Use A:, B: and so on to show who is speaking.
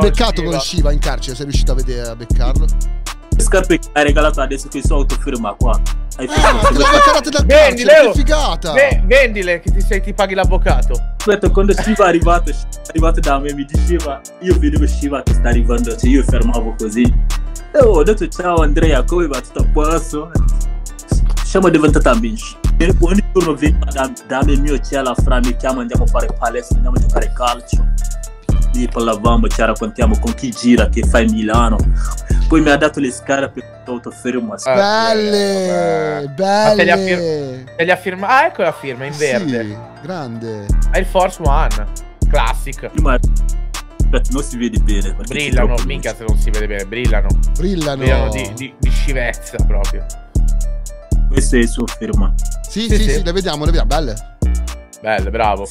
A: Beccato con Shiva in carcere, sei riuscito a, vedere, a beccarlo?
B: scarpe che hai regalato adesso che so autofirma qua. Hai
A: Ah, te
B: firmato.
A: l'ho beccate dal
C: Vendi,
A: carcere,
C: Leo.
A: che figata!
C: Ve- vendile che ti, sei, ti paghi l'avvocato.
B: Aspetta, quando Shiva è arrivato, è arrivato da me, mi diceva, io vedevo Shiva che sta arrivando, cioè io fermavo così. E ho detto ciao Andrea, come va tutto a posto? Siamo diventati amici. E ogni giorno veniva da, da me mio c'è la fra, mi chiama, andiamo a fare palestra, andiamo a giocare a calcio. Lì parlavamo, ci raccontiamo con chi gira, che fa in Milano. Poi mi ha dato le scarpe per autofermo.
C: Ah,
A: Belle,
C: eh, Ma te li ha
A: belle!
C: E li ha firma- Ah, ecco la firma in verde.
A: Sì, grande.
C: È il Force One. Classic.
B: prima aspetta, non si vede bene perché
C: Brillano,
B: c'è troppo
C: minchia se non si vede bene, brillano. Brillano
A: Brillano.
C: di, di, di scivezza proprio.
B: luce. questo è il suo fermo
A: Sì,
C: Sì,
A: sì, sì,
C: sì.
A: le vediamo, le vediamo, belle.
C: Bello, bravo.